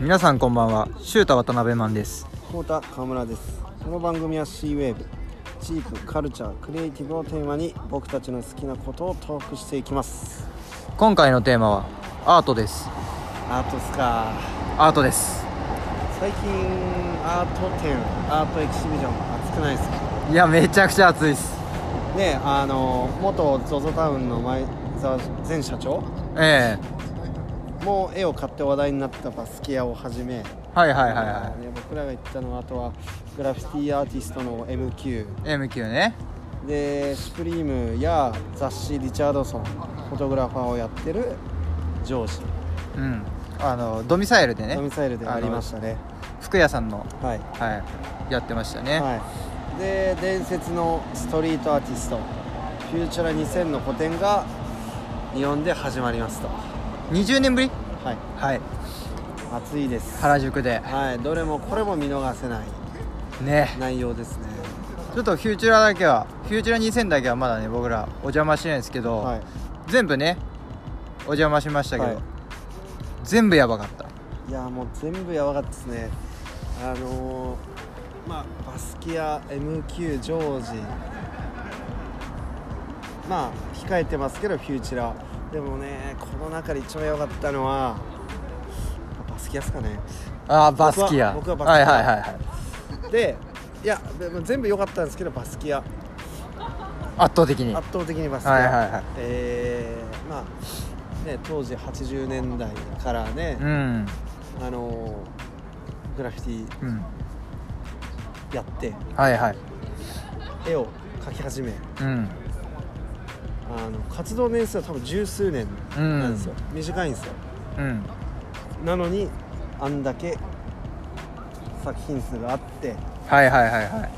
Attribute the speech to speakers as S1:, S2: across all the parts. S1: 皆さんこんばんはシュータ渡辺マンです
S2: コータ川村ですこの番組は C ウェーブチープカルチャークリエイティブをテーマに僕たちの好きなことをトークしていきます
S1: 今回のテーマはアートです
S2: アートっすか
S1: アートです
S2: 最近アート展アートエキシビジョン熱くないっすか
S1: いやめちゃくちゃ熱いです
S2: ねえあの元 ZOZO タウンの前澤前社長
S1: ええ
S2: も絵を買って話題になったバスケ屋をはじめ
S1: はいはいはい
S2: あ
S1: は
S2: のね、僕らが言ったのはあとはグラフィティアーティストの MQ
S1: い MQ ね
S2: でシュプリームや雑誌「リチャードソン」フォトグラファーをやってるジョージ
S1: うんあのドミサイルでね
S2: ドミサイルでありましたね
S1: あの服屋さんの
S2: はい、
S1: はいやってましたね、
S2: はい、で伝説のストリートアーティストフューチュラ2000の個展が日本で始まりますとは
S1: 20年ぶり
S2: い
S1: はい
S2: 暑いです
S1: 原宿で
S2: はいどれもこれも見逃せない
S1: ね
S2: 内容ですね
S1: ちょっとフューチュラだけはフューチュラ2000だけはまだね僕らお邪魔してないんですけど、
S2: はい
S1: 全部ねお邪魔しましたけど、
S2: はい
S1: 全部やばかった
S2: いやもう全部やばかったですねあのーまあバスキア MQ ジョージまあ控えてますけどフューチュラでもねこの中で一番やばかったのはバスキアっすかね
S1: ああバスキア
S2: 僕は僕はバスキア
S1: はいはいはいはい
S2: でいやでも全部良かったんですけどバスキア
S1: 圧倒的に
S2: 圧倒的にバスキア、
S1: はいはいはい
S2: えーまあね当時80年代からね
S1: う、ん
S2: あのーグラフィティ
S1: うん
S2: やって
S1: はいはい
S2: 絵を描き始め
S1: うん
S2: あの活動年数は多分十数年なんですよ、短いんですよ
S1: うん
S2: なのにあんだけ作品数があって
S1: はいはいはいは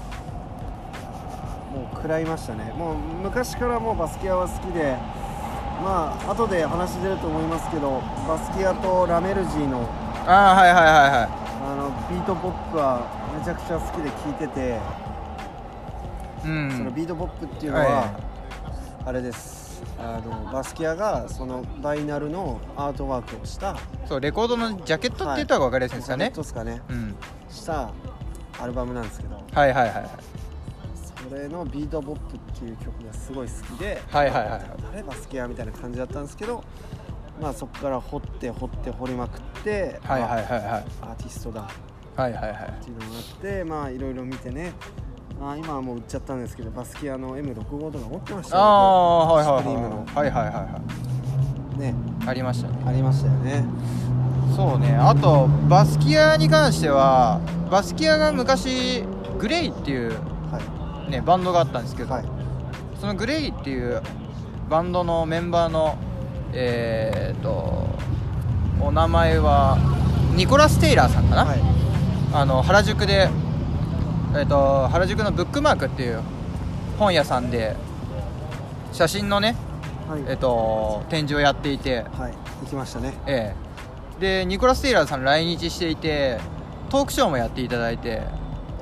S1: い
S2: もう食らいましたねもう昔からもうバスケアは好きでまあ後で話出ると思いますけどバスケアとラメルジーの
S1: ああはいはいはいは
S2: あのビートポップはめちゃくちゃ好きで聴いてて、
S1: いう
S2: その
S1: ん
S2: ビートポップっていうのは、
S1: は
S2: あれですあのバスケアがそのバイナルのアートワークをした
S1: そうレコードのジャケットって言った方が分かりやすいんですかね、
S2: どうですかね
S1: うん
S2: したアルバムなんですけど
S1: はいはいはいはい
S2: それの「ビートボップ」っていう曲がすごい好きで
S1: はいはいはい
S2: 誰バスケやみたいな感じだったんですけどまあそこから掘って掘って掘りまくって、
S1: はいはいはい
S2: ま
S1: はい
S2: あアーティストだっ
S1: はいはいはい
S2: ていうのがあってまあいろいろ見てねまあ今はもう売っちゃったんですけどバスケアの M65 とか持ってました
S1: ああはいはい
S2: スプリームの
S1: はいはいはいは
S2: ね
S1: いありましたね
S2: ありましたよね
S1: そうねあとバスキアに関してはバスキアが昔グレイっていう
S2: は
S1: ねバンドがあったんですけ
S2: い
S1: ど、
S2: はい
S1: そのグレイっていうバンドのメンバーのえー、とお名前はニコラス・テイラーさんかな、
S2: はい
S1: あの原宿で、えー、と原宿のブックマークっていう本屋さんで写真のね、
S2: はい、
S1: えー、と展示をやっていて、
S2: はい行きましたね
S1: ええでニコラス・テイラーさん来日していてトークショーもやっていただいて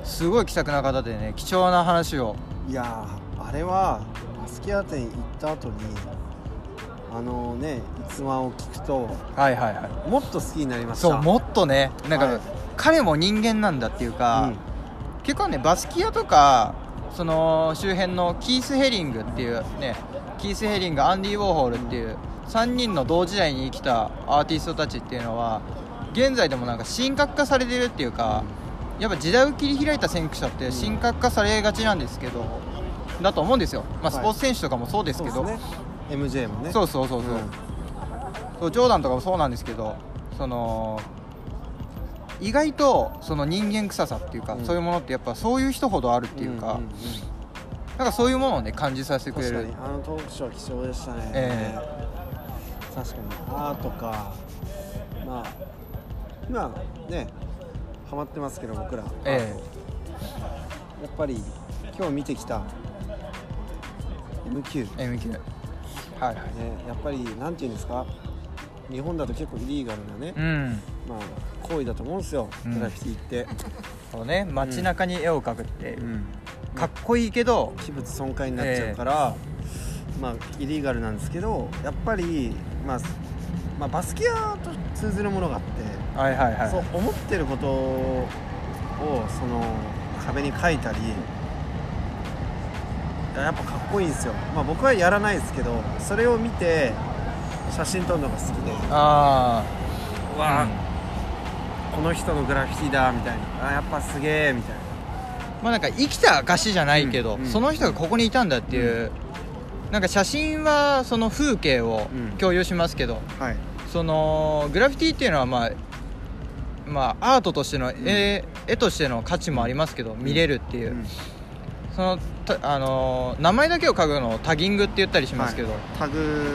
S1: すごい気さくな方でね貴重な話を
S2: いやーあれはバスケア店行った後にあのね逸話を聞くと
S1: はいはいはい
S2: もっと好きになりました
S1: そうもっとねなんか、
S2: はい
S1: 彼も人間なんだっていう
S2: う
S1: か、
S2: ん
S1: 結構ねバスキアとかその周辺のキース・ヘリングっていうねキース・ヘリングアンディ・ウォーホールっていう3人の同時代に生きたアーティストたちっていうのは現在でもなんか神格化されてるっていうか、やっぱ時代を切り開いた先駆者って神格化されがちなんですけど、だと思うんですよ、まあ、スポーツ選手とかもそうです
S2: そう
S1: け
S2: で
S1: ど、
S2: すね MJ もね
S1: そうそうそうそう,、
S2: うん
S1: そうジョーダンとかもそうなんですけどその意外とその人間臭さっていうか、
S2: うん
S1: そういうものってやっぱそういう人ほどあるっていうか、
S2: んんん
S1: なんかそういうものをね感じさせてくれ
S2: 確か
S1: る
S2: にあのトークショー貴重でしたね、
S1: え
S2: 確かにアートかまあ今ねハマってますけど僕ら、
S1: え
S2: やっぱり今日見てきた MQ
S1: え MQ はいはい
S2: ね、やっぱりなんて言うんですか日本だと結構イリーガルなね、
S1: うん
S2: まあ、行為だと思うんですよ、
S1: うん
S2: グラフィティって、
S1: そうね街中に絵を描くって、
S2: ん、
S1: かっこいいけど
S2: 器物損壊になっちゃうから、まあイリーガルなんですけどやっぱり、まあ、まあ、バスキアと通ずるものがあって
S1: はいはいはい
S2: そう思ってることをその壁に書いたりやっぱかっこいいんですよ、まあ、僕はやらないですけどそれを見て写真撮るのが好きで
S1: ああ、
S2: うわ、この人のグラフィティだみたいなあやっぱすげえみたいな
S1: まあなんか生きた証じゃないけど、
S2: うんうん
S1: その人がここにいたんだっていう、なんか写真はその風景を
S2: うん
S1: 共有しますけど、
S2: はい
S1: そのグラフィティっていうのはまあまあアートとしての絵,、絵としての価値もありますけど見れるっていう、
S2: うん
S1: そのたあのー名前だけを書くのをタギングって言ったりしますけど、
S2: はいタグ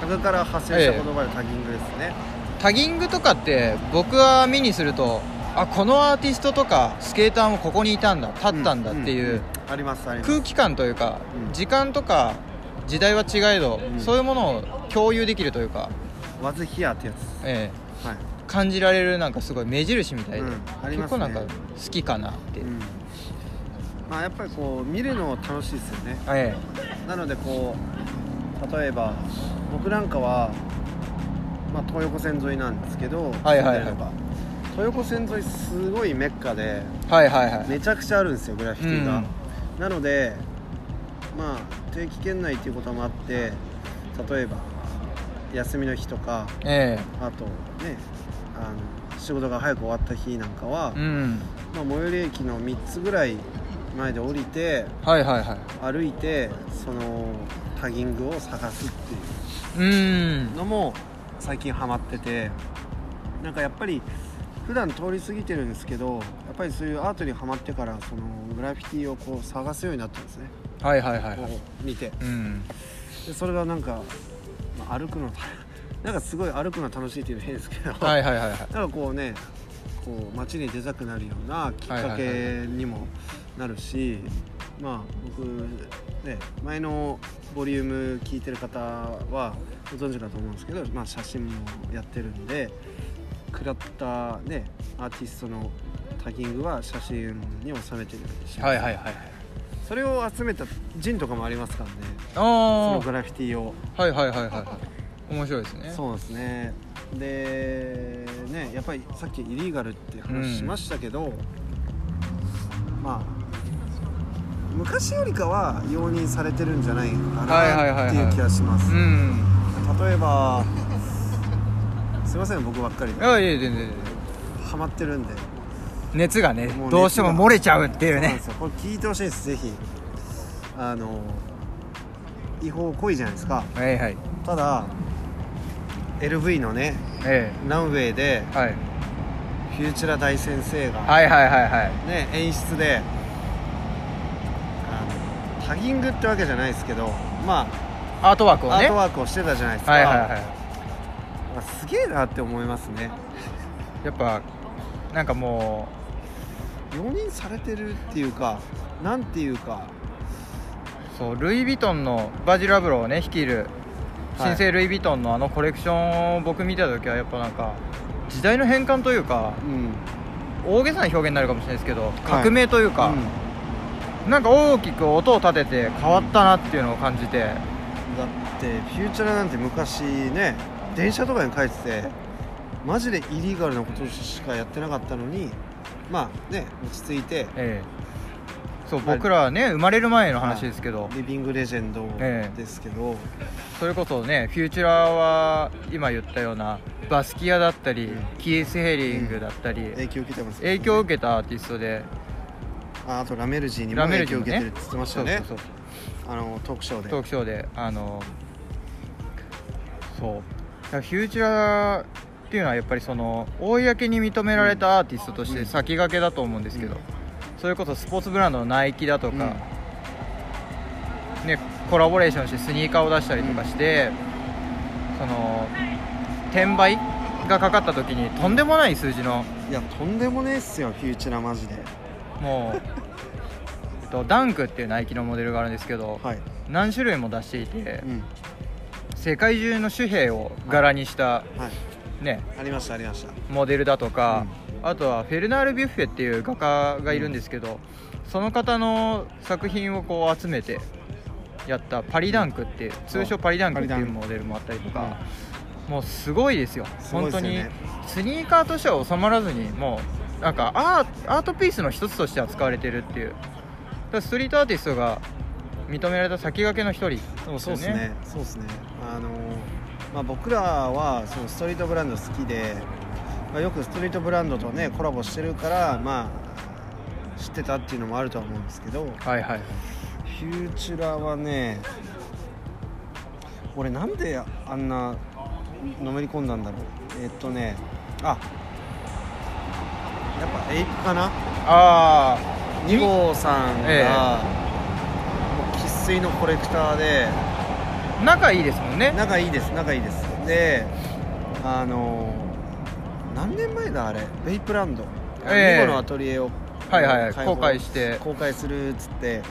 S2: タグから派生した言葉でタギングですね、
S1: タギングとかって僕は目にするとあこのアーティストとかスケーターもここにいたんだ立ったんだっていう、
S2: んんんありますあります
S1: 空気感というか、
S2: うん
S1: 時間とか時代は違えど、
S2: うん
S1: そういうものを共有できるというか、
S2: ワズヒアってや
S1: え
S2: つはい
S1: え、感じられるなんかすごい目印みたいで、
S2: うんありま
S1: 結
S2: すね
S1: 構なんか好きかなって、
S2: うんまあ、やっぱりこう見るの楽しいですよね
S1: え
S2: なのでこう例えば僕なんかは、まあ、東横線沿いなんですけど、
S1: はいはいはい
S2: 住んでるのが東横線沿いすごいメッカで
S1: えはいはいはい
S2: めちゃくちゃあるんですよグラフィティが、
S1: うん
S2: なのでまあ定期圏内っていうこともあって例えば休みの日とか
S1: え
S2: あとねあの仕事が早く終わった日なんかは、
S1: えうん
S2: まあ、最寄り駅の3つぐらい前で降りて
S1: はいはいはい
S2: 歩いてそのタギングを探すっていううんのも最近ハマっててなんかやっぱり普段通り過ぎてるんですけどやっぱりそういうアートにハマってからそのグラフィティをこう探すようになったんですね
S1: はいはいはいはい
S2: こう見て
S1: うん
S2: でそれがなんか、まあ歩くの なんかすごい歩くの楽しいっていうの変ですけど、
S1: はいはいはいはい
S2: なんかこうねこう街に出たくなるようなきっかけにもなるし、まあ僕ね前のボリューム聞いてる方はご存知かと思うんですけど、まあ、写真もやってるんで食らったねアーティストのタギングは写真に収めてるし、
S1: はいはいはい
S2: それを集めたジンとかもありますからねそ
S1: あ
S2: のグラフィティを。
S1: あはいはいはいはいはい面白いですね
S2: そうですねでねやっぱりさっきイリーガルって話しましたけど、まあ昔よりかは容認されてるんじゃないか
S1: はいはいはいは
S2: ないっていう気がします、
S1: うん
S2: 例えばすいません僕ばっかりで
S1: いやいや全然全然
S2: ハマってるんで
S1: 熱がね
S2: もう熱が
S1: どうしても漏れちゃうってい
S2: そううなんで
S1: ね
S2: すよこれ聞いてほしいですぜひあの違法行為じゃないですか
S1: はいはい
S2: ただ LV のね
S1: え
S2: ランウェイで
S1: えはい
S2: フューチュラ大先生が
S1: はいはいはいはい
S2: ね、演出であのタギングってわけじゃないですけどま
S1: アートワークを
S2: あ、
S1: ね
S2: アートワークをしてたじゃないですか、
S1: はいはいはい
S2: まあすげえなって思いますね
S1: やっぱなんかも
S2: 容認されてるっていうかなんていうか
S1: うそうルイ・ヴィトンのバジル・アブローをね率いる
S2: はい
S1: 新生ルイ・ヴィトンのあのコレクションを僕見た時はやっぱなんか時代の変換というか
S2: うん
S1: 大げさな表現になるかもしれないですけど革命というか、
S2: うん
S1: なんか大きく音を立てて変わったなっていうのを感じて、
S2: だってフューチャラなんて昔ね電車とかに書いててマジでイリーガルなことしかやってなかったのにまあね落ち着いて
S1: ええそう
S2: はい
S1: 僕らはね生まれる前の話ですけど、
S2: リビングレジェンド
S1: ええ
S2: ですけど、
S1: それこそねフューチュラーは今言ったようなバスキアだったり、
S2: うん
S1: キース・ヘリングだったり、
S2: 影響受けてますけどね
S1: 影響を受けたアーティストで
S2: ああとラメルジーにも
S1: ラメ
S2: 影
S1: ルジ
S2: 響
S1: ー
S2: を
S1: もね
S2: 受けてるって言ってまし
S1: そ
S2: たよ
S1: う
S2: ね
S1: そうそう
S2: あのトークショーで
S1: トークショーであのそうだからフューチュラーっていうのはやっぱりその公に認められたアーティストとし
S2: うん
S1: て先駆けだと思うんですけど、
S2: うん
S1: それこそスポーツブランドのナイキだとか、ね、コラボレーションしてスニーカーを出したりとかして、その転売がかかった時にとんでもない数字の
S2: いやとんでもねえっすよフューチュラマジで
S1: も う、えっと、ダンクっていうナイキのモデルがあるんですけど、
S2: はい、
S1: 何種類も出していて
S2: うん
S1: 世界中の紙幣を柄にした、
S2: はい、
S1: ね、
S2: ありましたありました
S1: モデルだとか、あとはフェルナール・ビュッフェっていう画家がいるんですけど、その方の作品をこう集めてやったパリダンクっていう通称パリダンクっていうモデルもあったりとか、もうすごいですよ
S2: すご
S1: 本
S2: いっす
S1: 当
S2: よ
S1: に
S2: ね
S1: スニーカーとしては収まらずにもうなんかアーアートピースの一つとして扱われてるっていうだからストリートアーティストが認められた先駆けの一人
S2: でもそうですねそうですねあの、まあ、僕らはそのストリートブランド好きで、まあ、よくストリートブランドとねコラボしてるからまあ知ってたっていうのもあるとは思うんですけどフ
S1: はいはい
S2: ューチュラーはね俺なんであんなのめり込んだんだろうえっとねあやっぱエイプかな
S1: あ
S2: 二号さんが、
S1: ええ
S2: もう生粋のコレクターで
S1: あ仲いいですもんね
S2: 仲いいです仲いいですであの何年前だあれベイプランド、
S1: ええ
S2: ニコのアトリエを
S1: はいはい
S2: 開
S1: はい
S2: 放
S1: 後悔して
S2: 公開するっつって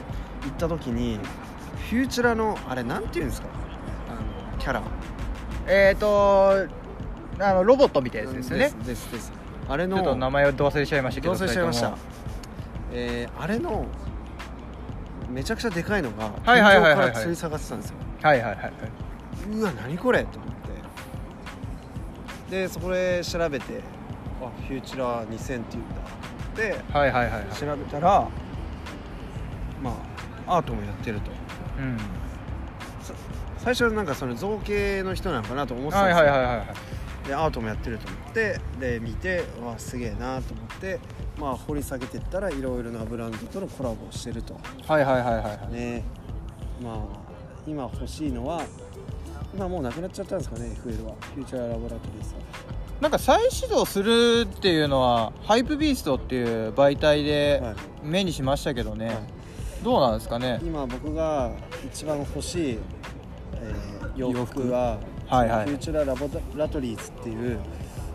S2: 行った時にフューチュラのあれなんていうんですかあのキャラ
S1: えっ、とあのロボットみたいなやつですよね
S2: ですですですあれ
S1: ちょ
S2: の
S1: っと名前をど忘れしちゃいましたけ
S2: 同
S1: ど
S2: 棲しちゃいました
S1: 二人とも、
S2: えーあれのめちゃくちゃでかいのが
S1: はいはいはいはいはい
S2: 天井から吊り下がってたんですよ
S1: はいはいはいはいう
S2: わ何これと思ってでそこで調べてあフューチュラー2000っていうんだで
S1: はいはいはいはい
S2: 調べたらまあアートもやってると
S1: うん
S2: さ最初はなんかその造形の人なのかなと思ってたん
S1: は
S2: で
S1: い
S2: すよ、
S1: はいはいはいはい
S2: でアートもやってると思ってで見てうわすげえなと思ってまあ掘り下げてったらいろいろなブランドとのコラボをしてると
S1: はいはいはいはいはい
S2: ねまあ今欲しいのは今もうなくなっちゃったんですかね FL はフューチャーラボラトリーさん
S1: なんか再始動するっていうのはハイプビーストっていう媒体で
S2: はい
S1: 目にしましたけどね、
S2: はい
S1: どうなんですかね
S2: 今僕が一番欲しい、えー洋服は
S1: はいはい
S2: フューチュララボラトリーズっていう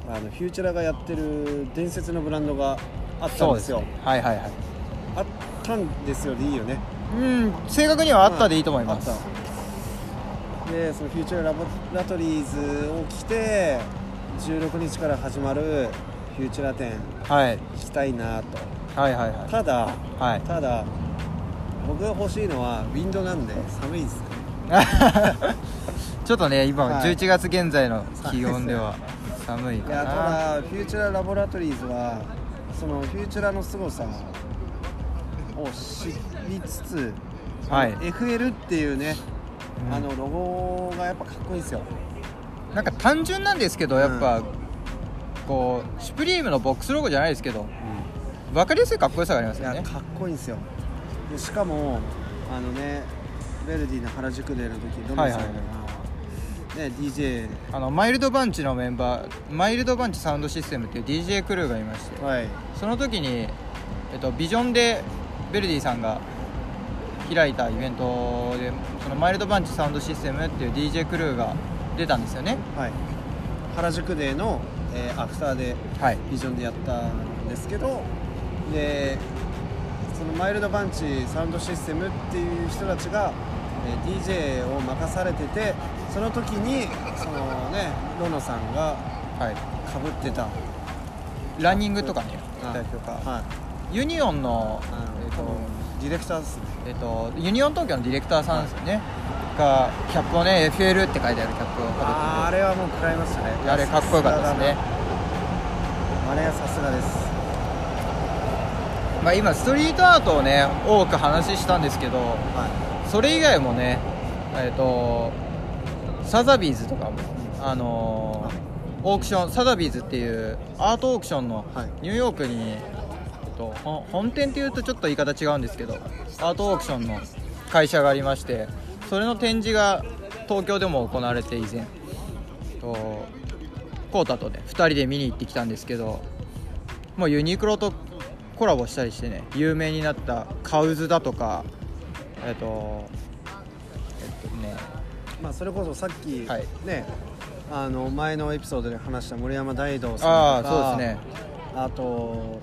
S2: あのフューチュラがやってる伝説のブランドがあったんですよ
S1: ねはいはいはい
S2: あったんですよでいいよね
S1: うん正確にはあったでいいと思います、
S2: あったでそのフューチュララボラトリーズを着て16日から始まるフューチュラ展
S1: はい、
S2: したいなと
S1: はいはいはい
S2: ただ
S1: はい
S2: ただ僕が欲しいのはウィンドウなんで寒いですね
S1: ちょっとね今、
S2: はい
S1: 11月現在の気温で は寒い
S2: い
S1: か
S2: や
S1: な
S2: ただフューチュララボラトリーズはそのフューチュラの凄さを知りつつ、
S1: はい
S2: FL っていうね、
S1: うん
S2: あのロゴがやっぱかっこいいですよ
S1: なんか単純なんですけど
S2: うん
S1: やっぱ、こうシュプリームのボックスロゴじゃないですけど分かりやすいかっこよさがあります
S2: い
S1: よ
S2: や
S1: ね
S2: かっこいいんですよでしかもあのねヴェルディの原宿での時ドミさんが、
S1: はいはい
S2: ね DJ
S1: あのマイルドバンチのメンバーマイルドバンチサウンドシステムっていう DJ クルーがいまして
S2: はい
S1: その時に、えっと、ビジョンでベルディさんが開いたイベントでそのマイルドバンチサウンドシステムっていう DJ クルーが出たんですよね
S2: はい原宿デーの、えーアフターで
S1: はい
S2: ビジョンでやったんですけどでそのマイルドバンチサウンドシステムっていう人たちが、えー DJ を任されててその時にそのねロノさんが
S1: は
S2: かぶってた
S1: いランニングとかね
S2: あ
S1: 代表か
S2: はい
S1: ユニオンの
S2: あの
S1: えっ
S2: 多分
S1: と
S2: ディレクターですね
S1: えっと、ユニオン東京のディレクターさんですよね、がキャップをね FL って書いてあるキャップを
S2: あーあ
S1: か
S2: れはもう食らいました
S1: ぶ
S2: ね
S1: っててあれかっこよかったですね
S2: あれはさすがです
S1: まあ、今ストリートアートをね多く話したんですけど
S2: は
S1: それ以外もねえっ、とサザビーズとかもあのーオークションサザビーズっていうアートオークションの
S2: はい
S1: ニューヨークに、えっとほん本店っていうとちょっと言い方違うんですけどアートオークションの会社がありましてそれの展示が東京でも行われて以前えっとコータとね2人で見に行ってきたんですけどもうユニクロとコラボしたりしてね有名になったカウズだとかえっとえっとね
S2: いまあそれこそさっき、
S1: はい
S2: ねあの前のエピソードで話した森山大道さんとか
S1: ああそうですね
S2: あと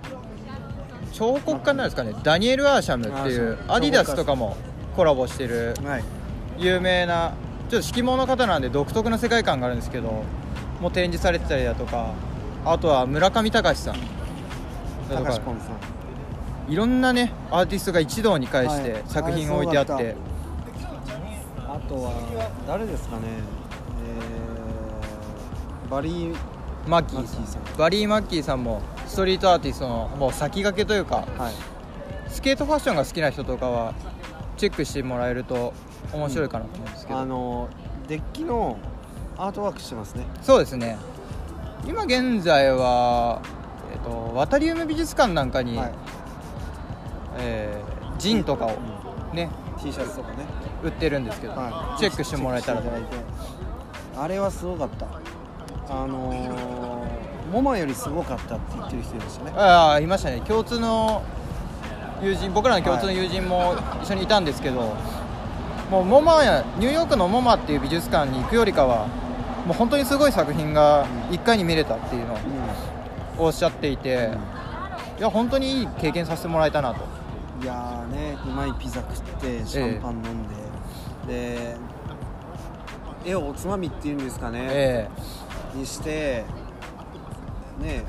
S1: 彫刻家になるんですかねダニエル・アーシャムっていう
S2: あーそう
S1: アディダスとかもコラボしてる
S2: はい
S1: 有名なちょっと敷物の方なんで独特の世界観があるんですけどもう展示されてたりだとかあとは村上隆さんだと
S2: 高橋
S1: か
S2: ポンさん
S1: いろんなねアーティストが一堂に会して
S2: はい
S1: 作品を置いてあって、
S2: あれすごかっとは誰ですかね、えーバリー
S1: マッキーさん
S2: マッキーさん
S1: バリー・マッキーさんもストリートアーティストのもう先駆けというか
S2: はい
S1: スケートファッションが好きな人とかはチェックしてもらえると面白いかなと思うんですけど、
S2: あのデッキのアートワークしてますね
S1: そうですね今現在は、えっとワタリウム美術館なんかに、
S2: はい
S1: えージンとかをね
S2: T シャツとかね、
S1: 売ってるんですけど、
S2: はい
S1: チェックしてもらえたら
S2: チェックしていただいてあれはすごかったあのー、モマよりすごかったって言ってる人いましたね
S1: ああいましたね共通の友人僕らの共通の友人も一緒にいたんですけど、もうモマやニューヨークのモマっていう美術館に行くよりかはもう本当にすごい作品が1回に見れたっていうのをおっしゃっていて、いや本当にいい経験させてもらえたなと
S2: いやーねうまいピザ食ってシャンパン飲んで、で絵をおつまみっていうんですかね、
S1: ええ
S2: にしてね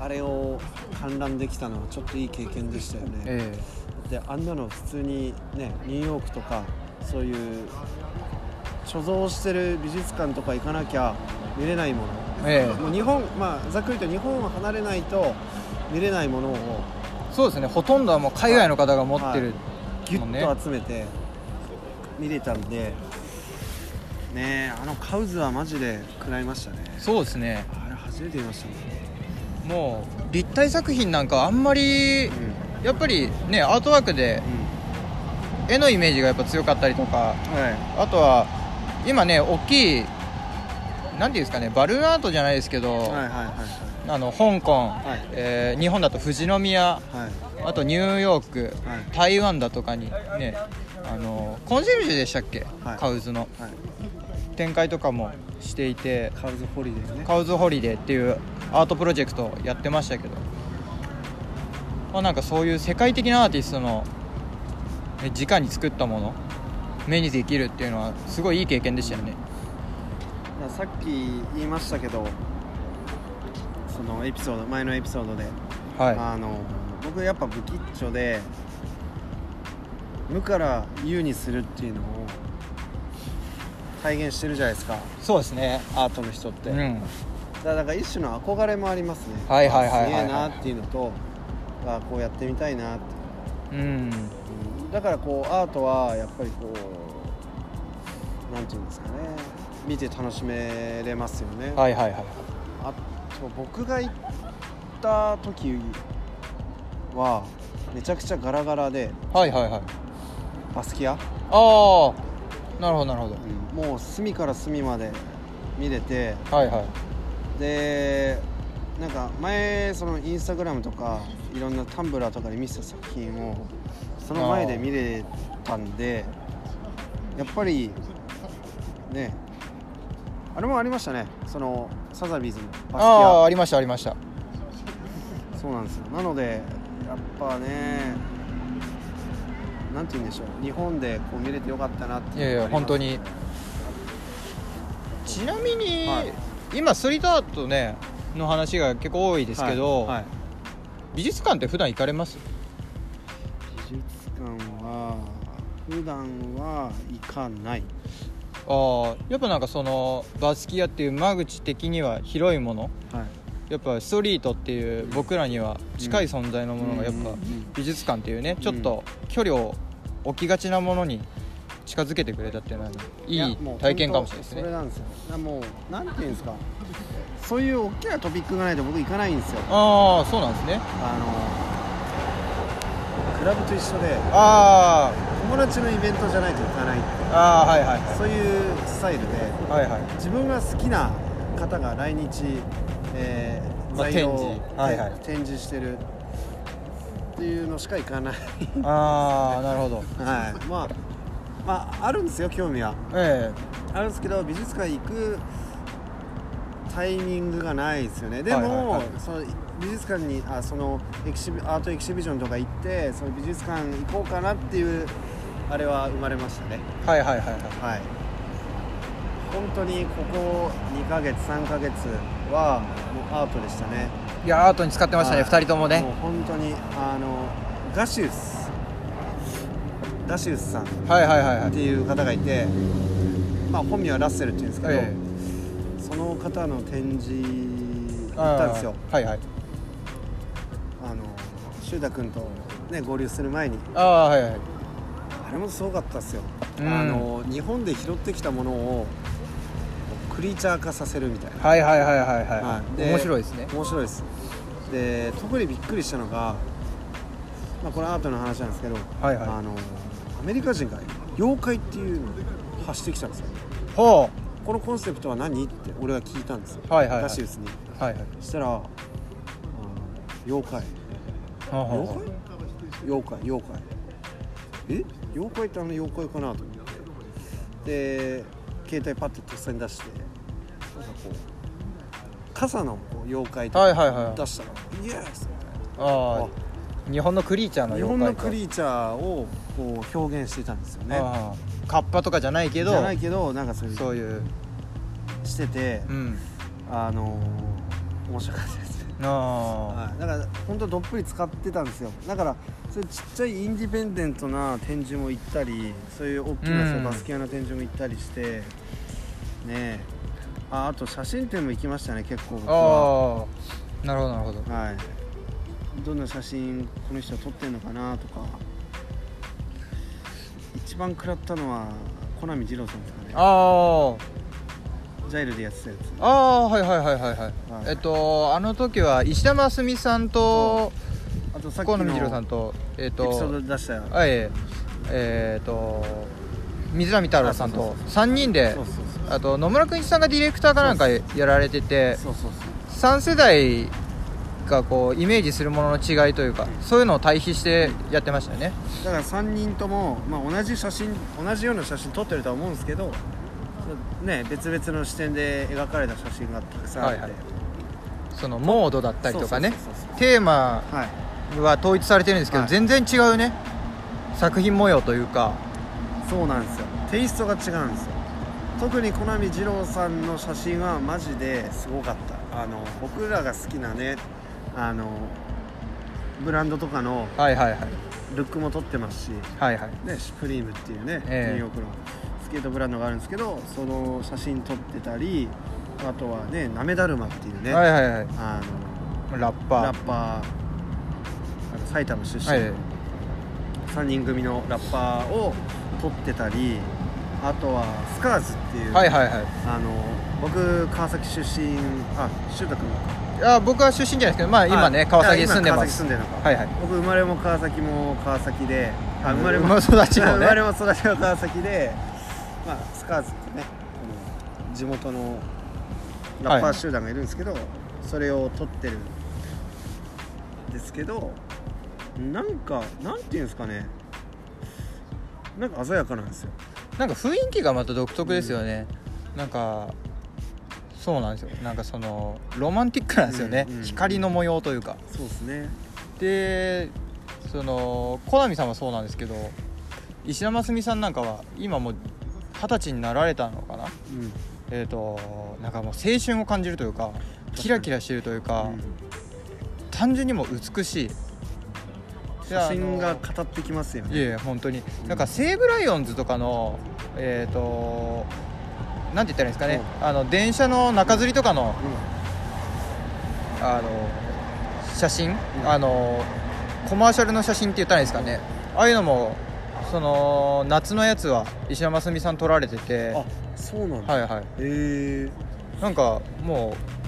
S2: あれを観覧できたのはちょっといい経験でしたよね、
S1: ええ
S2: であんなの普通にねニューヨークとかそういう所蔵してる美術館とか行かなきゃ見れないもの
S1: え
S2: もう日本まあざっくりと日本を離れないと見れないものを
S1: えそうですねほとんどはもう海外の方が持ってる、
S2: ギュ
S1: もう
S2: ッと集めて見れたんでねえあのカウズはマジで食らいましたね
S1: そうですね
S2: あれ初めて見ましたもん
S1: もう立体作品なんかあんまり
S2: うん
S1: やっぱりねアートワークで絵のイメージがやっぱ強かったりとか
S2: うんはい
S1: あとは今ね大きい何ていうんですかねバルーンアートじゃないですけど、
S2: はいはい
S1: あの香港、
S2: い
S1: えー日本だと富士宮
S2: はいはい
S1: あとニューヨーク、
S2: はい
S1: 台湾だとかにねあのコンシェルジュでしたっけ、
S2: はい
S1: カウズの
S2: はい
S1: 展開とかもしていて
S2: カウズホリデーね
S1: カウズホリデーっていうアートプロジェクトをやってましたけど、まあ、なんかそういう世界的なアーティストのね直に作ったもの目にできるっていうのはすごいいい経験でしたよね、
S2: まあさっき言いましたけどそのエピソード前のエピソードで、
S1: は
S2: あの僕やっぱ不吉祥で無から有にするっていうのを体現してるじゃないですか
S1: い、そうですね。
S2: アートの人って、
S1: う
S2: だか
S1: ん、
S2: らなんか一種の憧れもありますね
S1: はいはいはいはい
S2: あすげえなっていうのとあこうやってみたいなって、
S1: うん、
S2: うんだからこうアートはやっぱりこうなんていうんですかね見て楽しめれますよね、
S1: はいはいはい。
S2: あと僕が行った時はめちゃくちゃガラガラで
S1: はいはいはい。
S2: バスキア、
S1: ああ、なるほどなるほ
S2: もう隅から隅まで見れて
S1: ど。はいはい。
S2: でなんか前そのインスタグラムとかいろんなタンブラーとかで見せた作品をその前で見れたんでやっぱりねあれもありましたねそのサザビーズのバスキア
S1: ああー、ありましたありました。
S2: そうなんですよなのでやっぱねなんて言うんでしょう日本でこう見れてよかったなっていう
S1: いやいや
S2: のがありま
S1: 本
S2: す
S1: 当にちなみに、今ストリートアートねの話が結構多いですけど、
S2: はいはい
S1: 美術館って普段行かれます？
S2: 美術館は普段は行かない
S1: ああ、やっぱなんかそのバスキアっていう間口的には広いもの、
S2: はい
S1: やっぱストリートっていう僕らには近い存在のものがやっぱ
S2: うんうんうん
S1: 美術館っていうね
S2: ん
S1: ちょっと距離を置きがちなものに近づけてくれたっていうのはいい
S2: やもう
S1: 体験かもしれないです
S2: 本当それ
S1: ね
S2: なんですよだからもうなんていうんですかそういう大きなトピックがないと僕行かないんですよ
S1: ああそうなんですね
S2: あのクラブと一緒で
S1: あ
S2: 友達のイベントじゃないと行かない
S1: あああはいはい
S2: そういうスタイルで
S1: はいはいはい
S2: 自分が好きな方が来日、えー
S1: まあ
S2: 材料を
S1: 展示はいはい
S2: 展示してるっていうのしか行かない
S1: ああなるほど
S2: はいまあまああるんですよ興味は
S1: え
S2: あるんですけど美術館行くタイミングがないですよねでも、
S1: はいはいはい
S2: その美術館にあそのエキシビアートエキシビジョンとか行ってその美術館行こうかなっていうあれは生まれましたね
S1: えはいはいはいはい
S2: はい、本当にここ2ヶ月3ヶ月はもうアートでしたね
S1: いやアートに使ってましたね
S2: はい
S1: 2人とも
S2: もう
S1: ね
S2: 本当にあのガシウスダシウスさんっ
S1: はいはいはいはい
S2: ていう方がいて、まあ、本名はラッセルっていうんですけど、
S1: え
S2: その方の展示行っ
S1: あー
S2: たんですよ
S1: はいはい
S2: あのシュウダ君と、ね、合流する前に
S1: ああはいはい
S2: あれもすごかったですよ、
S1: うん
S2: あの日本で拾ってきたものをクリーチャー化させるみたいな
S1: はいはいはいはいはい、
S2: はいで
S1: 面白いですね
S2: 面白いですで特にびっくりしたのが、まあ、これアートの話なんですけど、
S1: はいはい
S2: あのアメリカ人が妖怪っていうのを発してきたんですよ
S1: ほ
S2: このコンセプトは何って俺は聞いたんですよ、
S1: はいはいはい
S2: ダシウスに
S1: うはいはい
S2: そしたらあの妖怪
S1: ほうほう
S2: 妖
S1: ほう
S2: 怪妖怪妖怪え妖怪ってあの妖怪かなと思ってで携帯パッてとっさに出してなんかこう傘のこう妖怪と
S1: はいはいはい
S2: か出したら「イエス!」みたいな
S1: ああ日本のクリーチャーの
S2: 日
S1: 妖怪
S2: 本の
S1: と
S2: クリーチャーをこう表現してたんですよね
S1: ああカッパとかじゃないけど
S2: じゃないけどなんかそういう
S1: そういう
S2: してて
S1: うん
S2: あのー面白かったですね、
S1: あ
S2: はい、だから本当どっぷり使ってたんですよだからそういうちっちゃいインディペンデントな展示も行ったりそういう大きな、
S1: うん
S2: そうバスケアの展示も行ったりしてねえああと写真展も行きましたね結構
S1: あ
S2: 僕は
S1: ああなるほどなるほど
S2: はいどんな写真この人は撮ってんのかなとか一番食らったのはコナミ二郎さんですかね
S1: ああ
S2: ジャイルでやってたやつ
S1: ああはいはいはいはいはい
S2: はい
S1: えっとあの時は石田真澄さんと
S2: あとさっき
S1: 河
S2: の
S1: 野
S2: エピ
S1: 美次郎さんとえっ
S2: ソー
S1: と
S2: ドで出したよ
S1: あえええっと水波太郎さん
S2: あそ
S1: と
S2: うそう
S1: 3人で
S2: そうそうそう
S1: あと野村君一さんがディレクターかなんかやられてて
S2: そうそう
S1: 3世代がこうイメージするものの違いというかそういうのを対比してやってましたよね
S2: そうだから3人とも、まあ、同じ写真同じような写真撮ってるとは思うんですけどそうね別々の視点で描かれた写真がたくさんあって、
S1: はいはいそのモードだったりとかね
S2: そうそうそうそう
S1: テーマ
S2: はい
S1: は統一されてるんですけど
S2: はい
S1: 全然違うね作品模様というか
S2: そうなんですよテイストが違うんですよ特にコナミ二郎さんの写真はマジですごかったあの僕らが好きなねあのブランドとかの
S1: はいはいはい
S2: ルックも撮ってますし
S1: はいはい
S2: ね、シュプリームっていうね、
S1: ええ
S2: ニューヨークのスケートブランドがあるんですけどその写真撮ってたりあとはねなめだるまっていうね、
S1: はいはいはい
S2: あ
S1: ラッ
S2: の
S1: パ
S2: ラ
S1: ー
S2: ッパーあの埼玉出身の、
S1: はいはい
S2: 3人組のラッパーを撮ってたりあとはスカーズっていう、
S1: はいはいはい
S2: あの僕川崎出身あ修太君
S1: いや僕は出身じゃないですけどまあ今ね川崎に住んでま
S2: 今川崎住
S1: す
S2: んでるのか
S1: はいはい
S2: 僕生まれも川崎も川崎であ生まれも
S1: 生まれ育ちもね
S2: 生まれも育ちも川崎で、まあ、スカーズってねこの地元のラッパー集団がいるんですけど、それを撮ってるんですけどなんかなんていうんですかねなんか鮮やかなんですよ
S1: なんか雰囲気がまた独特ですよね、なんかそうなんですよなんかそのロマンティックなんですよね、
S2: うんうんうん
S1: 光の模様というか
S2: そうですね
S1: でそのコナミさんはそうなんですけど石田真澄さんなんかは今もう二十歳になられたのかな
S2: うん
S1: えっ、となんかもう青春を感じるというかキラキラしてるというか、
S2: うん
S1: 単純にもう美しい
S2: 写真が
S1: いやあの
S2: 語ってきますよ
S1: いえい
S2: ね
S1: え本当になんか西武ライオンズとかのえっ、となんて言ったらいいんですかね、あの電車の中吊りとかの、あの写真、
S2: ん
S1: あのコマーシャルの写真って言ったらいいんですかね、ああいうのもその夏のやつは石山澄さん撮られてて
S2: うんあそうなんだ、
S1: はいはい
S2: え
S1: なんかもう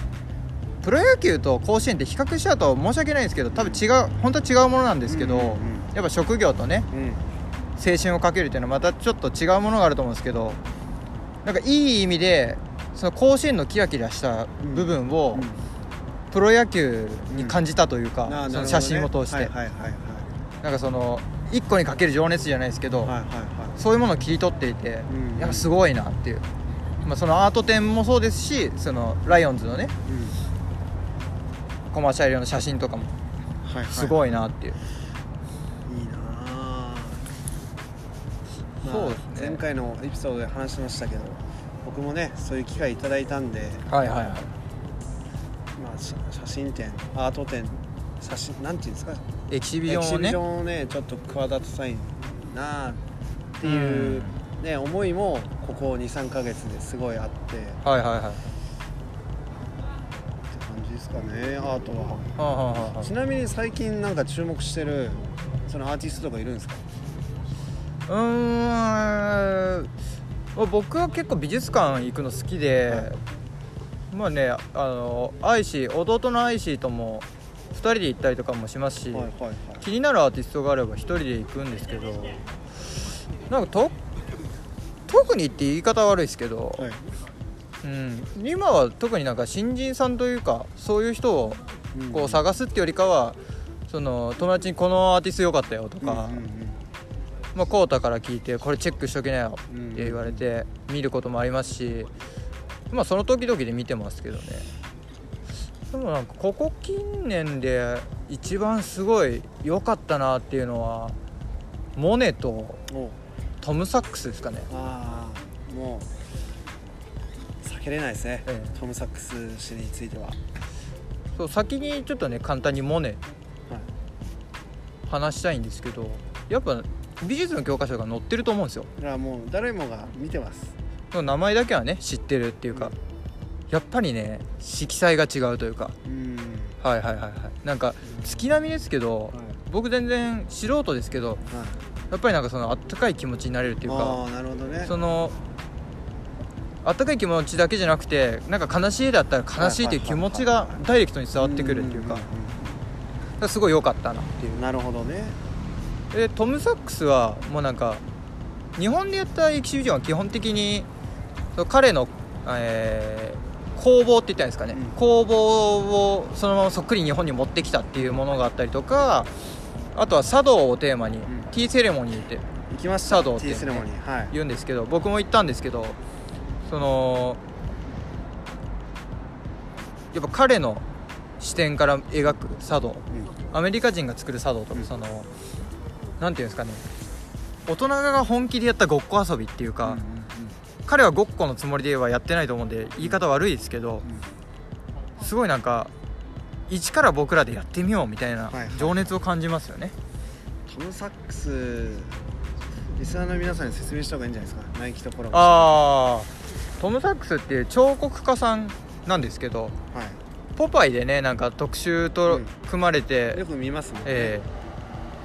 S1: プロ野球と甲子園って比較しちゃうと申し訳ないですけど多分違う本当は違うものなんですけど、
S2: うんうんうん
S1: やっぱ職業とね
S2: えうん
S1: 青春をかけるっていうのはまたちょっと違うものがあると思うんですけどなんかいい意味でその甲子園のキラキラした部分を
S2: うん
S1: プロ野球に感じたというか、
S2: あー
S1: そ
S2: なるほど
S1: の
S2: ね
S1: 写真を通して、
S2: はいはいはいはい
S1: なんかその一個にかける情熱じゃないですけど、
S2: はいはいは
S1: そういうものを切り取っていて、
S2: うん
S1: やっぱすごいなっていう、まあ、そのアート展もそうですしそのライオンズのね
S2: いうん
S1: コマーシャル用の写真とかも
S2: はいはい
S1: す
S2: い
S1: ごいなっていう、
S2: いいなあ、まあ
S1: そうですね
S2: 前回のエピソードで話しましたけど僕もねそういう機会いただいたんで、
S1: はい、はいはい
S2: まあ、し写真展アート展写真なんていうんですか
S1: エキシビ
S2: エ
S1: ジ
S2: キ
S1: ョン
S2: シ
S1: を
S2: ビ
S1: ね
S2: ジョンをねちょっと企てたいなあっていう、ね、思いもここ23か月ですごいあってって
S1: はいはいはいは
S2: 感じですかねアートは
S1: あはあはあ
S2: ちなみに最近なんか注目してるそのアーティストとかいるんですか
S1: うーんまあ僕は結構美術館行くの好きで、
S2: は
S1: まあねあのアイシー弟のアイシーとも2人で行ったりとかもしますし、
S2: はいはいはい
S1: 気になるアーティストがあれば1人で行くんですけどなんかと特にって言い方悪いですけど、
S2: はい
S1: うん、今は特になんか新人さんというかそういう人を
S2: ん
S1: こう探すってよりかは、その友達にこのアーティスト良かったよと
S2: うんうん
S1: か、まあ、コータから聞いてこれチェックしときなよ
S2: うんうん
S1: って言われて見ることもありますしまあその時々で見てますけどねでもなんかここ近年で一番すごい良かったなっていうのはモネと
S2: うんお
S1: トム・サックスですかね
S2: ああもう避けれないですね、
S1: ええ
S2: トム・サックス氏については、はい、
S1: そう先にちょっとね簡単にモネ話したいんですけどやっぱ美術の教科書が載ってると思うんですよ
S2: だからもう誰もが見てます
S1: 名前だけはね知ってるっていうか、
S2: うん
S1: やっぱりね色彩が違うというか
S2: うん
S1: はいはいはいはいなんか月並みですけど、
S2: はい
S1: 僕全然素人ですけど
S2: はい
S1: やっぱりなんかそのあったかい気持ちになれるっていう
S2: あ
S1: か
S2: あなるほどね
S1: そのあったかい気持ちだけじゃなくてなんか悲しいだったら悲しいっていう気持ちがダイレクトに伝わってくるっていうか
S2: んん
S1: だからすごい良かったなってい
S2: うんなるほどね
S1: うでトム・サックスはもうなんか日本でやったエキシビジョンは基本的にその彼の、えー工房って言ったらいいんですかね、
S2: うん
S1: 工房をそのままそっくり日本に持ってきたっていうものがあったりとかあとは茶道をテーマに、
S2: ん
S1: ティーセレモニーって
S2: 行きまし
S1: 茶
S2: た
S1: 道っていうね
S2: T セレモニーはい
S1: 言うんですけど僕も行ったんですけどそのやっぱ彼の視点から描く茶道アメリカ人が作る茶道とか、
S2: うん
S1: そのなんていうんですかね大人が本気でやったごっこ遊びっていうか、彼はごっこのつもりではやってないと思うんで言い方悪いですけど、すごいなんか一から僕らでやってみようみたいない
S2: はい
S1: 情熱を感じますよね、
S2: トム・サックスリスナーの皆さんに説明した方がいいんじゃないですかナイキとコラボ
S1: あ
S2: は
S1: あトム・サックスっていう彫刻家さんなんですけどポパイでねなんか特集
S2: う
S1: と
S2: ん
S1: 組まれて、
S2: いよく見ますもんね、
S1: えー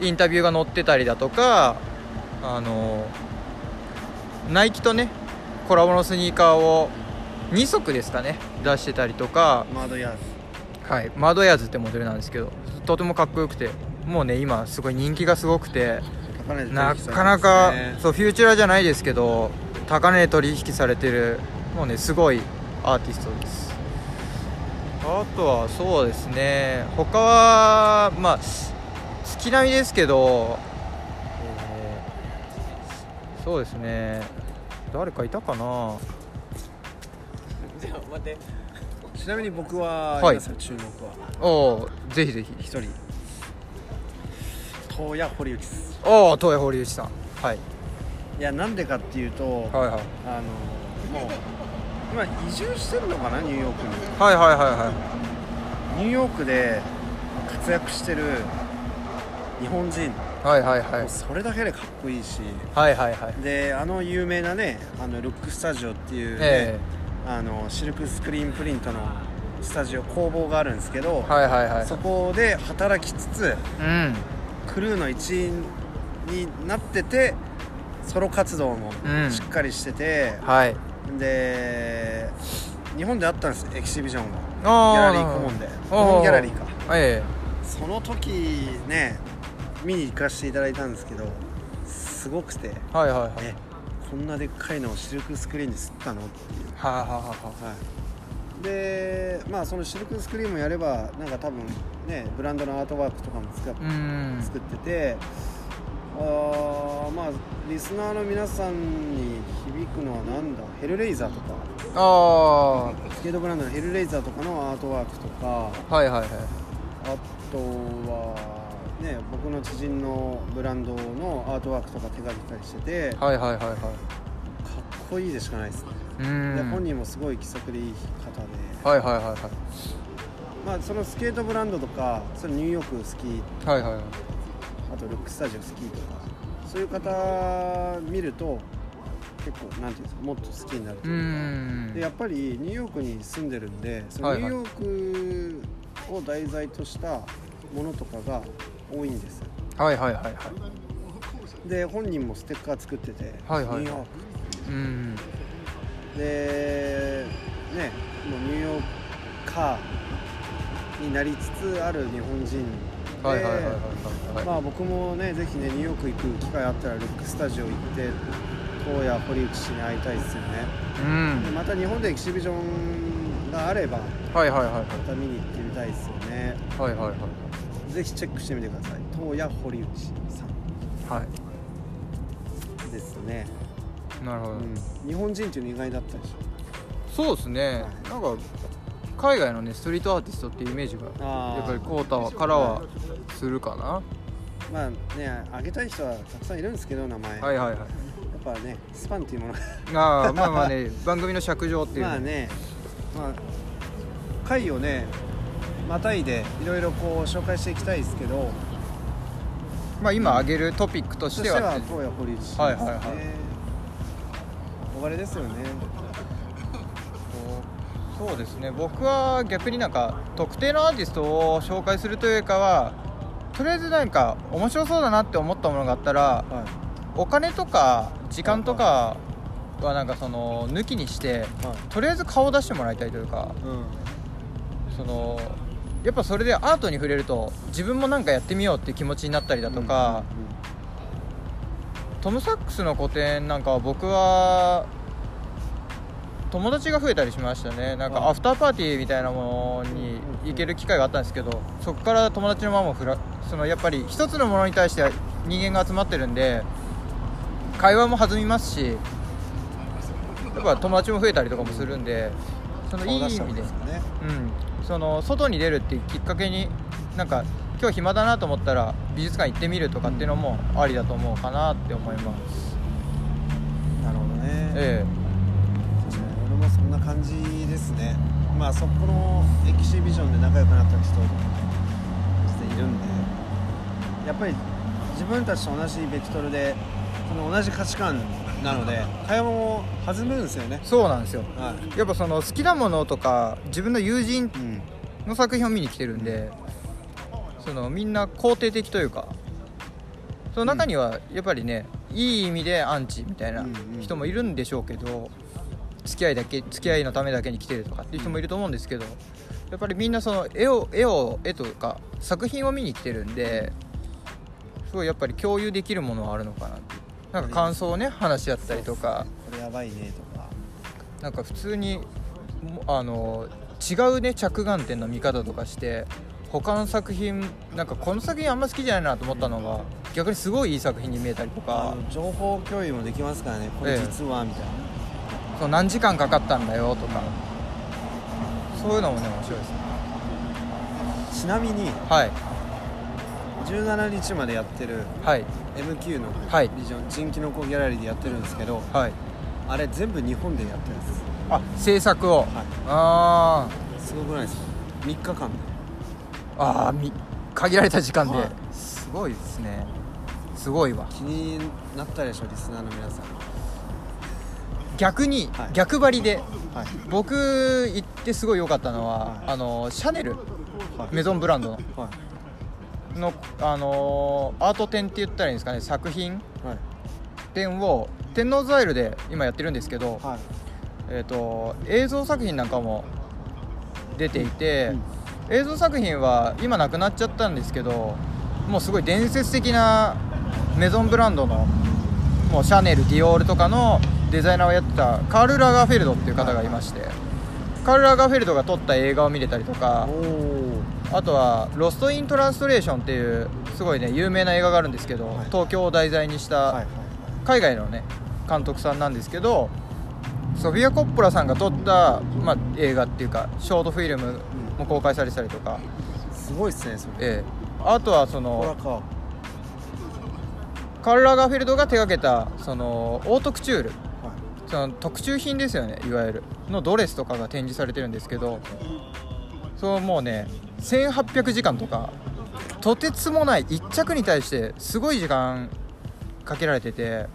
S1: インタビューが載ってたりだとかあのナイキとねコラボのスニーカーを2足ですかね出してたりとか、
S2: マードヤーズ
S1: はい、マドエアーズってモデルなんですけどとてもかっこよくてもうね今すごい人気がすごくて
S2: 高値で取
S1: な
S2: 引されてますね
S1: かなか、そうフューチュラーじゃないですけど高値で取引されてるもうねすごいアーティストですあとはそうですね他はまあ月並みですけど、えーそうですね誰かいたかな
S2: ちなみに僕は、
S1: はい
S2: 皆さん注目は
S1: おおぜひぜひ
S2: 一人東谷堀内です
S1: おお東谷堀内さん、はい、
S2: いやなんでかっていうと、
S1: はいはい
S2: あのもう今移住してるのかなニューヨークに
S1: はいはいはいはい
S2: ニューヨークで活躍してる日本人、
S1: はいはいはい
S2: もうそれだけでかっこいいし
S1: はいはいはい
S2: であの有名なねあのルックスタジオっていう、ね
S1: え
S2: あのシルクスクリーンプリントのスタジオ工房があるんですけど、
S1: えはいはいはい
S2: そこで働きつつ
S1: うん
S2: クルーの一員になっててソロ活動も
S1: うん
S2: しっかりしてて、
S1: はい
S2: で日本であったんですエキシビジョンが
S1: ギャ
S2: ギャラリー顧問で日本ギャラリーか
S1: え
S2: その時ね見に行かせていただいたんですけどすごくて
S1: えはいはいはい
S2: えこんなでっかいのをシルクスクリーンで吸ったのっていう
S1: はあ、はあはあは
S2: はい、でまあそのシルクスクリーンもやればなんか多分ねブランドのアートワークとかも使っ
S1: あ、うん
S2: 作っててあーまあリスナーの皆さんに響くのはなんだヘルレイザーとか
S1: あ
S2: スケートブランドのヘルレイザーとかのアートワークとか
S1: あはいはいはい
S2: あとはね僕の知人のブランドのアートワークとか手がけたりしててかっ
S1: はいはいはいはい
S2: こいいでしかないですね、
S1: うん
S2: で本人もすごい気さくでいい方で
S1: はいはいはいは
S2: まあ、そのスケートブランドとかそのニューヨーク好き
S1: いはいはいはい
S2: あとルックスタジオ好きとかそういう方見ると結構なんていうんですかもっと好きになると
S1: う
S2: いうか
S1: ん
S2: でやっぱりニューヨークに住んでるんでその
S1: はい
S2: ニ
S1: は
S2: ュ
S1: い
S2: ーヨークを題材としたものとかが多いんですよ
S1: はいはいはいはい
S2: で本人もステッカー作ってて、
S1: はいはい
S2: ニューヨー
S1: うん
S2: クでねもうニューヨーカーになりつつある日本人で、
S1: はいはいはいはいはい
S2: まあ僕もねぜひねニューヨーク行く機会あったらルックスタジオ行って東谷堀内氏に会いたいですよね
S1: うん
S2: でまた日本でエキシビジョンがあれば
S1: はいはいはいはい
S2: また見に行ってみたいですよね
S1: はいはいはい
S2: ぜひチェックしてみてください東谷堀内さ
S1: は
S2: んですね、
S1: いなるほ
S2: う
S1: ど、
S2: ん、日本人っていうの意外だったでしょ
S1: そうですねなんか海外のねストリートアーティストっていうイメージが
S2: あー
S1: やっぱりコータはからはするかな
S2: まあねあげたい人はたくさんいるんですけど名前、
S1: はい
S2: やっ
S1: はいはい
S2: ぱねスパンっていうものが
S1: あーまあまあね番組の尺上っていう
S2: まあね、まあ、回をねまたいでいろいろこう紹介していきたいですけど
S1: まあ今挙げるトピックとし
S2: そ
S1: て
S2: して
S1: は
S2: は東谷堀内ですね、
S1: はいはいはい
S2: お別れですよね
S1: そうそうですね僕は逆になんか特定のアーティストを紹介するというよりかはとりあえずなんか面白そうだなって思ったものがあったら
S2: は
S1: お金とか時間とかはなんかその抜きにして
S2: いはい
S1: とりあえず顔を出してもらいたいというか
S2: う
S1: そのやっぱそれでアートに触れると自分もなんかやってみようっていう気持ちになったりだ
S2: ん
S1: とか、トム・サックスの個展なんかは僕は友達が増えたりしましたねなん
S2: あ
S1: かアフターパーティーみたいなものに行ける機会があったんですけどそこから友達のままふらそのやっぱり一つのものに対して人間が集まってるんで会話も弾みますしやっぱ友達も増えたりとかもするんでその
S2: うん
S1: いい
S2: 顔出し
S1: 意
S2: た方が
S1: 味で
S2: です。かね
S1: うん、その外に出るっていうきっかけになんか今日暇だなと思ったら美術館行ってみるとかっていうのもありだと思うかなって思います、
S2: なるほどね、
S1: え
S2: 確かに俺もそんな感じですねまあそこのエキシビジョンで仲良くなった人とかしているんでやっぱり自分たちと同じベクトルでその同じ価値観なので会話も弾むんですよね
S1: えそうなんですよ
S2: は
S1: やっぱその好きなものとか自分の友人
S2: い、うん、
S1: の作品を見に来てるんで、そのみんな肯定的というかその中にはやっぱりね、いい意味でアンチみたいな
S2: うんうん
S1: 人もいるんでしょうけど付き合いだけ付き合いのためだけに来てるとかっていう人もいると思うんですけどやっぱりみんなその絵を絵を絵というか作品を見に来てるんですごいやっぱり共有できるものはあるのかなっていうなんか感想をね話し合ったりとか。
S2: これやばいねとか
S1: なんか普通にもあの違うね着眼点の見方とかして他の作品なんかこの作品あんま好きじゃないなと思ったのが逆にすごいいい作品に見えたりと
S2: あ
S1: か
S2: の情報共有もできますからねこれ
S1: ええ
S2: 実はみたいな、
S1: その何時間かかったんだよとかそういうのもね面白いですね
S2: ちなみに
S1: はい
S2: 17日までやってる
S1: はい
S2: MQ の
S1: はい
S2: ビジョン、人気の子ギャラリーでやってるんですけど
S1: はい
S2: あれ全部日本でやってるんです
S1: あ制作を、
S2: はい
S1: あ
S2: すごくないですか3日間
S1: ー
S2: で
S1: あーみ限られた時間で、
S2: はい
S1: すごいですねすごいわ
S2: 気になったでしょリスナーの皆さん
S1: 逆に、
S2: はい
S1: 逆張りで
S2: はい
S1: 僕行ってすごい良かったのは、
S2: はい
S1: あのシャネル
S2: はい
S1: メゾンブランドの
S2: は
S1: の、あのーアート展って言ったらいいんですかね作品
S2: いはい
S1: 展を天王洲アイルで今やってるんですけど、
S2: はい
S1: えー、と映像作品なんかも出ていて、
S2: うん
S1: 映像作品は今なくなっちゃったんですけどもうすごい伝説的なメゾンブランドのもうシャネルディオールとかのデザイナーをやってたカール・ラガーフェルドっていう方がいまして、カール・ラガーフェルドが撮った映画を見れたりとか
S2: おお
S1: あとは「ロスト・イン・トランストレーション」っていうすごいね有名な映画があるんですけど、
S2: はい
S1: 東京を題材にし
S2: はいは
S1: た
S2: い
S1: 海外のね監督さんなんですけどソフィア・コッポラさんが撮った、まあ、映画っていうかショートフィルムも公開されてたりとか、
S2: すごいっすねそれ
S1: ええあとはそ
S2: ほ
S1: の
S2: らか
S1: カール・ラガーフェルドが手掛けたそのオートクチュール
S2: は
S1: その特注品ですよねいわゆるのドレスとかが展示されてるんですけどそうもうね1800時間とかとてつもない1着に対してすごい時間かけられてて
S2: う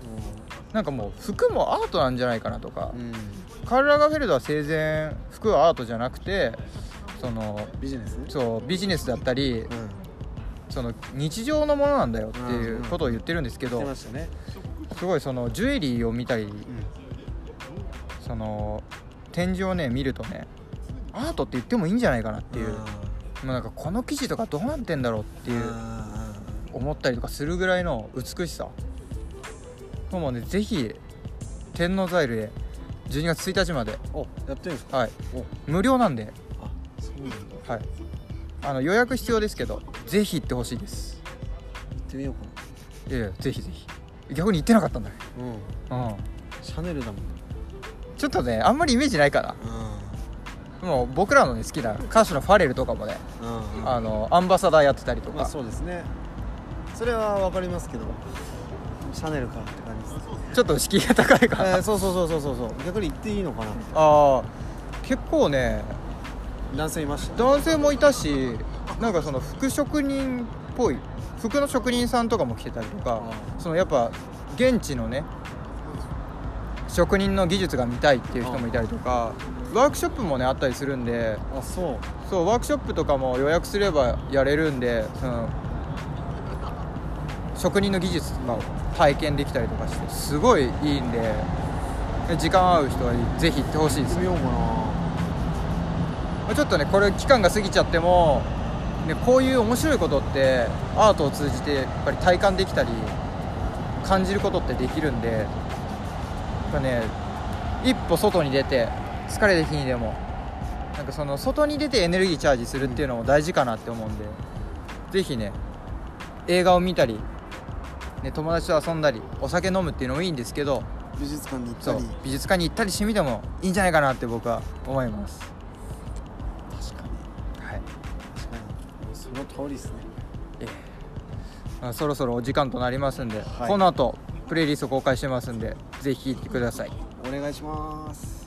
S1: なんかもう服もアートなんじゃないかなとか、
S2: ん
S1: カール・ラガーフェルドは生前服はアートじゃなくてその
S2: ビジネス
S1: そうビジネスだったり
S2: うん
S1: その日常のものなんだよっていうことを言ってるんですけ
S2: して
S1: ど
S2: ましたね
S1: すごいそのジュエリーを見たりその展示をね見るとねアートって言ってもいいんじゃないかなっていうもうなんかこの生地とかどうなってんだろうっていう思ったりとかするぐらいの美しさもうねぜひ天王ザイルへ12月1日まで、
S2: おやってるんですか
S1: はい、
S2: お
S1: 無料なんで、
S2: あそうなんだ
S1: はい、あの予約必要ですけどぜひ行ってほしいです
S2: 行ってみよう
S1: いやいやぜひぜひ逆に行ってなかったんだね
S2: かなう
S1: う
S2: ん
S1: ん
S2: シャネルだもん
S1: ちょっとねあんまりイメージないかなもう僕らのね好きな歌手のファレルとかもね
S2: うん
S1: あのアンバサダーやってたりと
S2: まあ
S1: か
S2: そうですねそれはわかりますけどシャネルかって感じです、
S1: ちょっと敷居が高い
S2: え
S1: から
S2: ー、そうそうそうそうそうそう逆に行っていいのかなみたい
S1: ああ結構ね
S2: な男性いました
S1: 男性もいたしなんかその服職人っぽい服の職人さんとかも来てたりとか
S2: あ
S1: そのやっぱ現地のね職人の技術が見たいっていう人もいたりとかワークショップもねあったりするんで
S2: あそう
S1: そうワークショップとかも予約すればやれるんでその職人の技術とかを体験できたりとかしてすごいいいんでで時間合う人はぜひ行ってほしいで
S2: 行っ
S1: す
S2: てみようかな
S1: まあちょっとねこれ期間が過ぎちゃっても、ね、こういう面白いことってアートを通じてやっぱり体感できたり感じることってできるんでやっぱね一歩外に出て疲れた日にでもなんかその外に出てエネルギーチャージするっていうのも大事かなって思うんで、ぜひね映画を見たり、ね、友達と遊んだりお酒飲むっていうのもいいんですけど
S2: 美術館に行っ
S1: そ
S2: た
S1: う
S2: り
S1: 美術館に行ったりしてみてもいいんじゃないかなって僕は思います。
S2: 確かに
S1: はい
S2: 確かにその通りですね
S1: ええあそろそろお時間となりますんで、
S2: はい
S1: この後プレイリスト公開してますんでぜひ聴いてください
S2: お願いします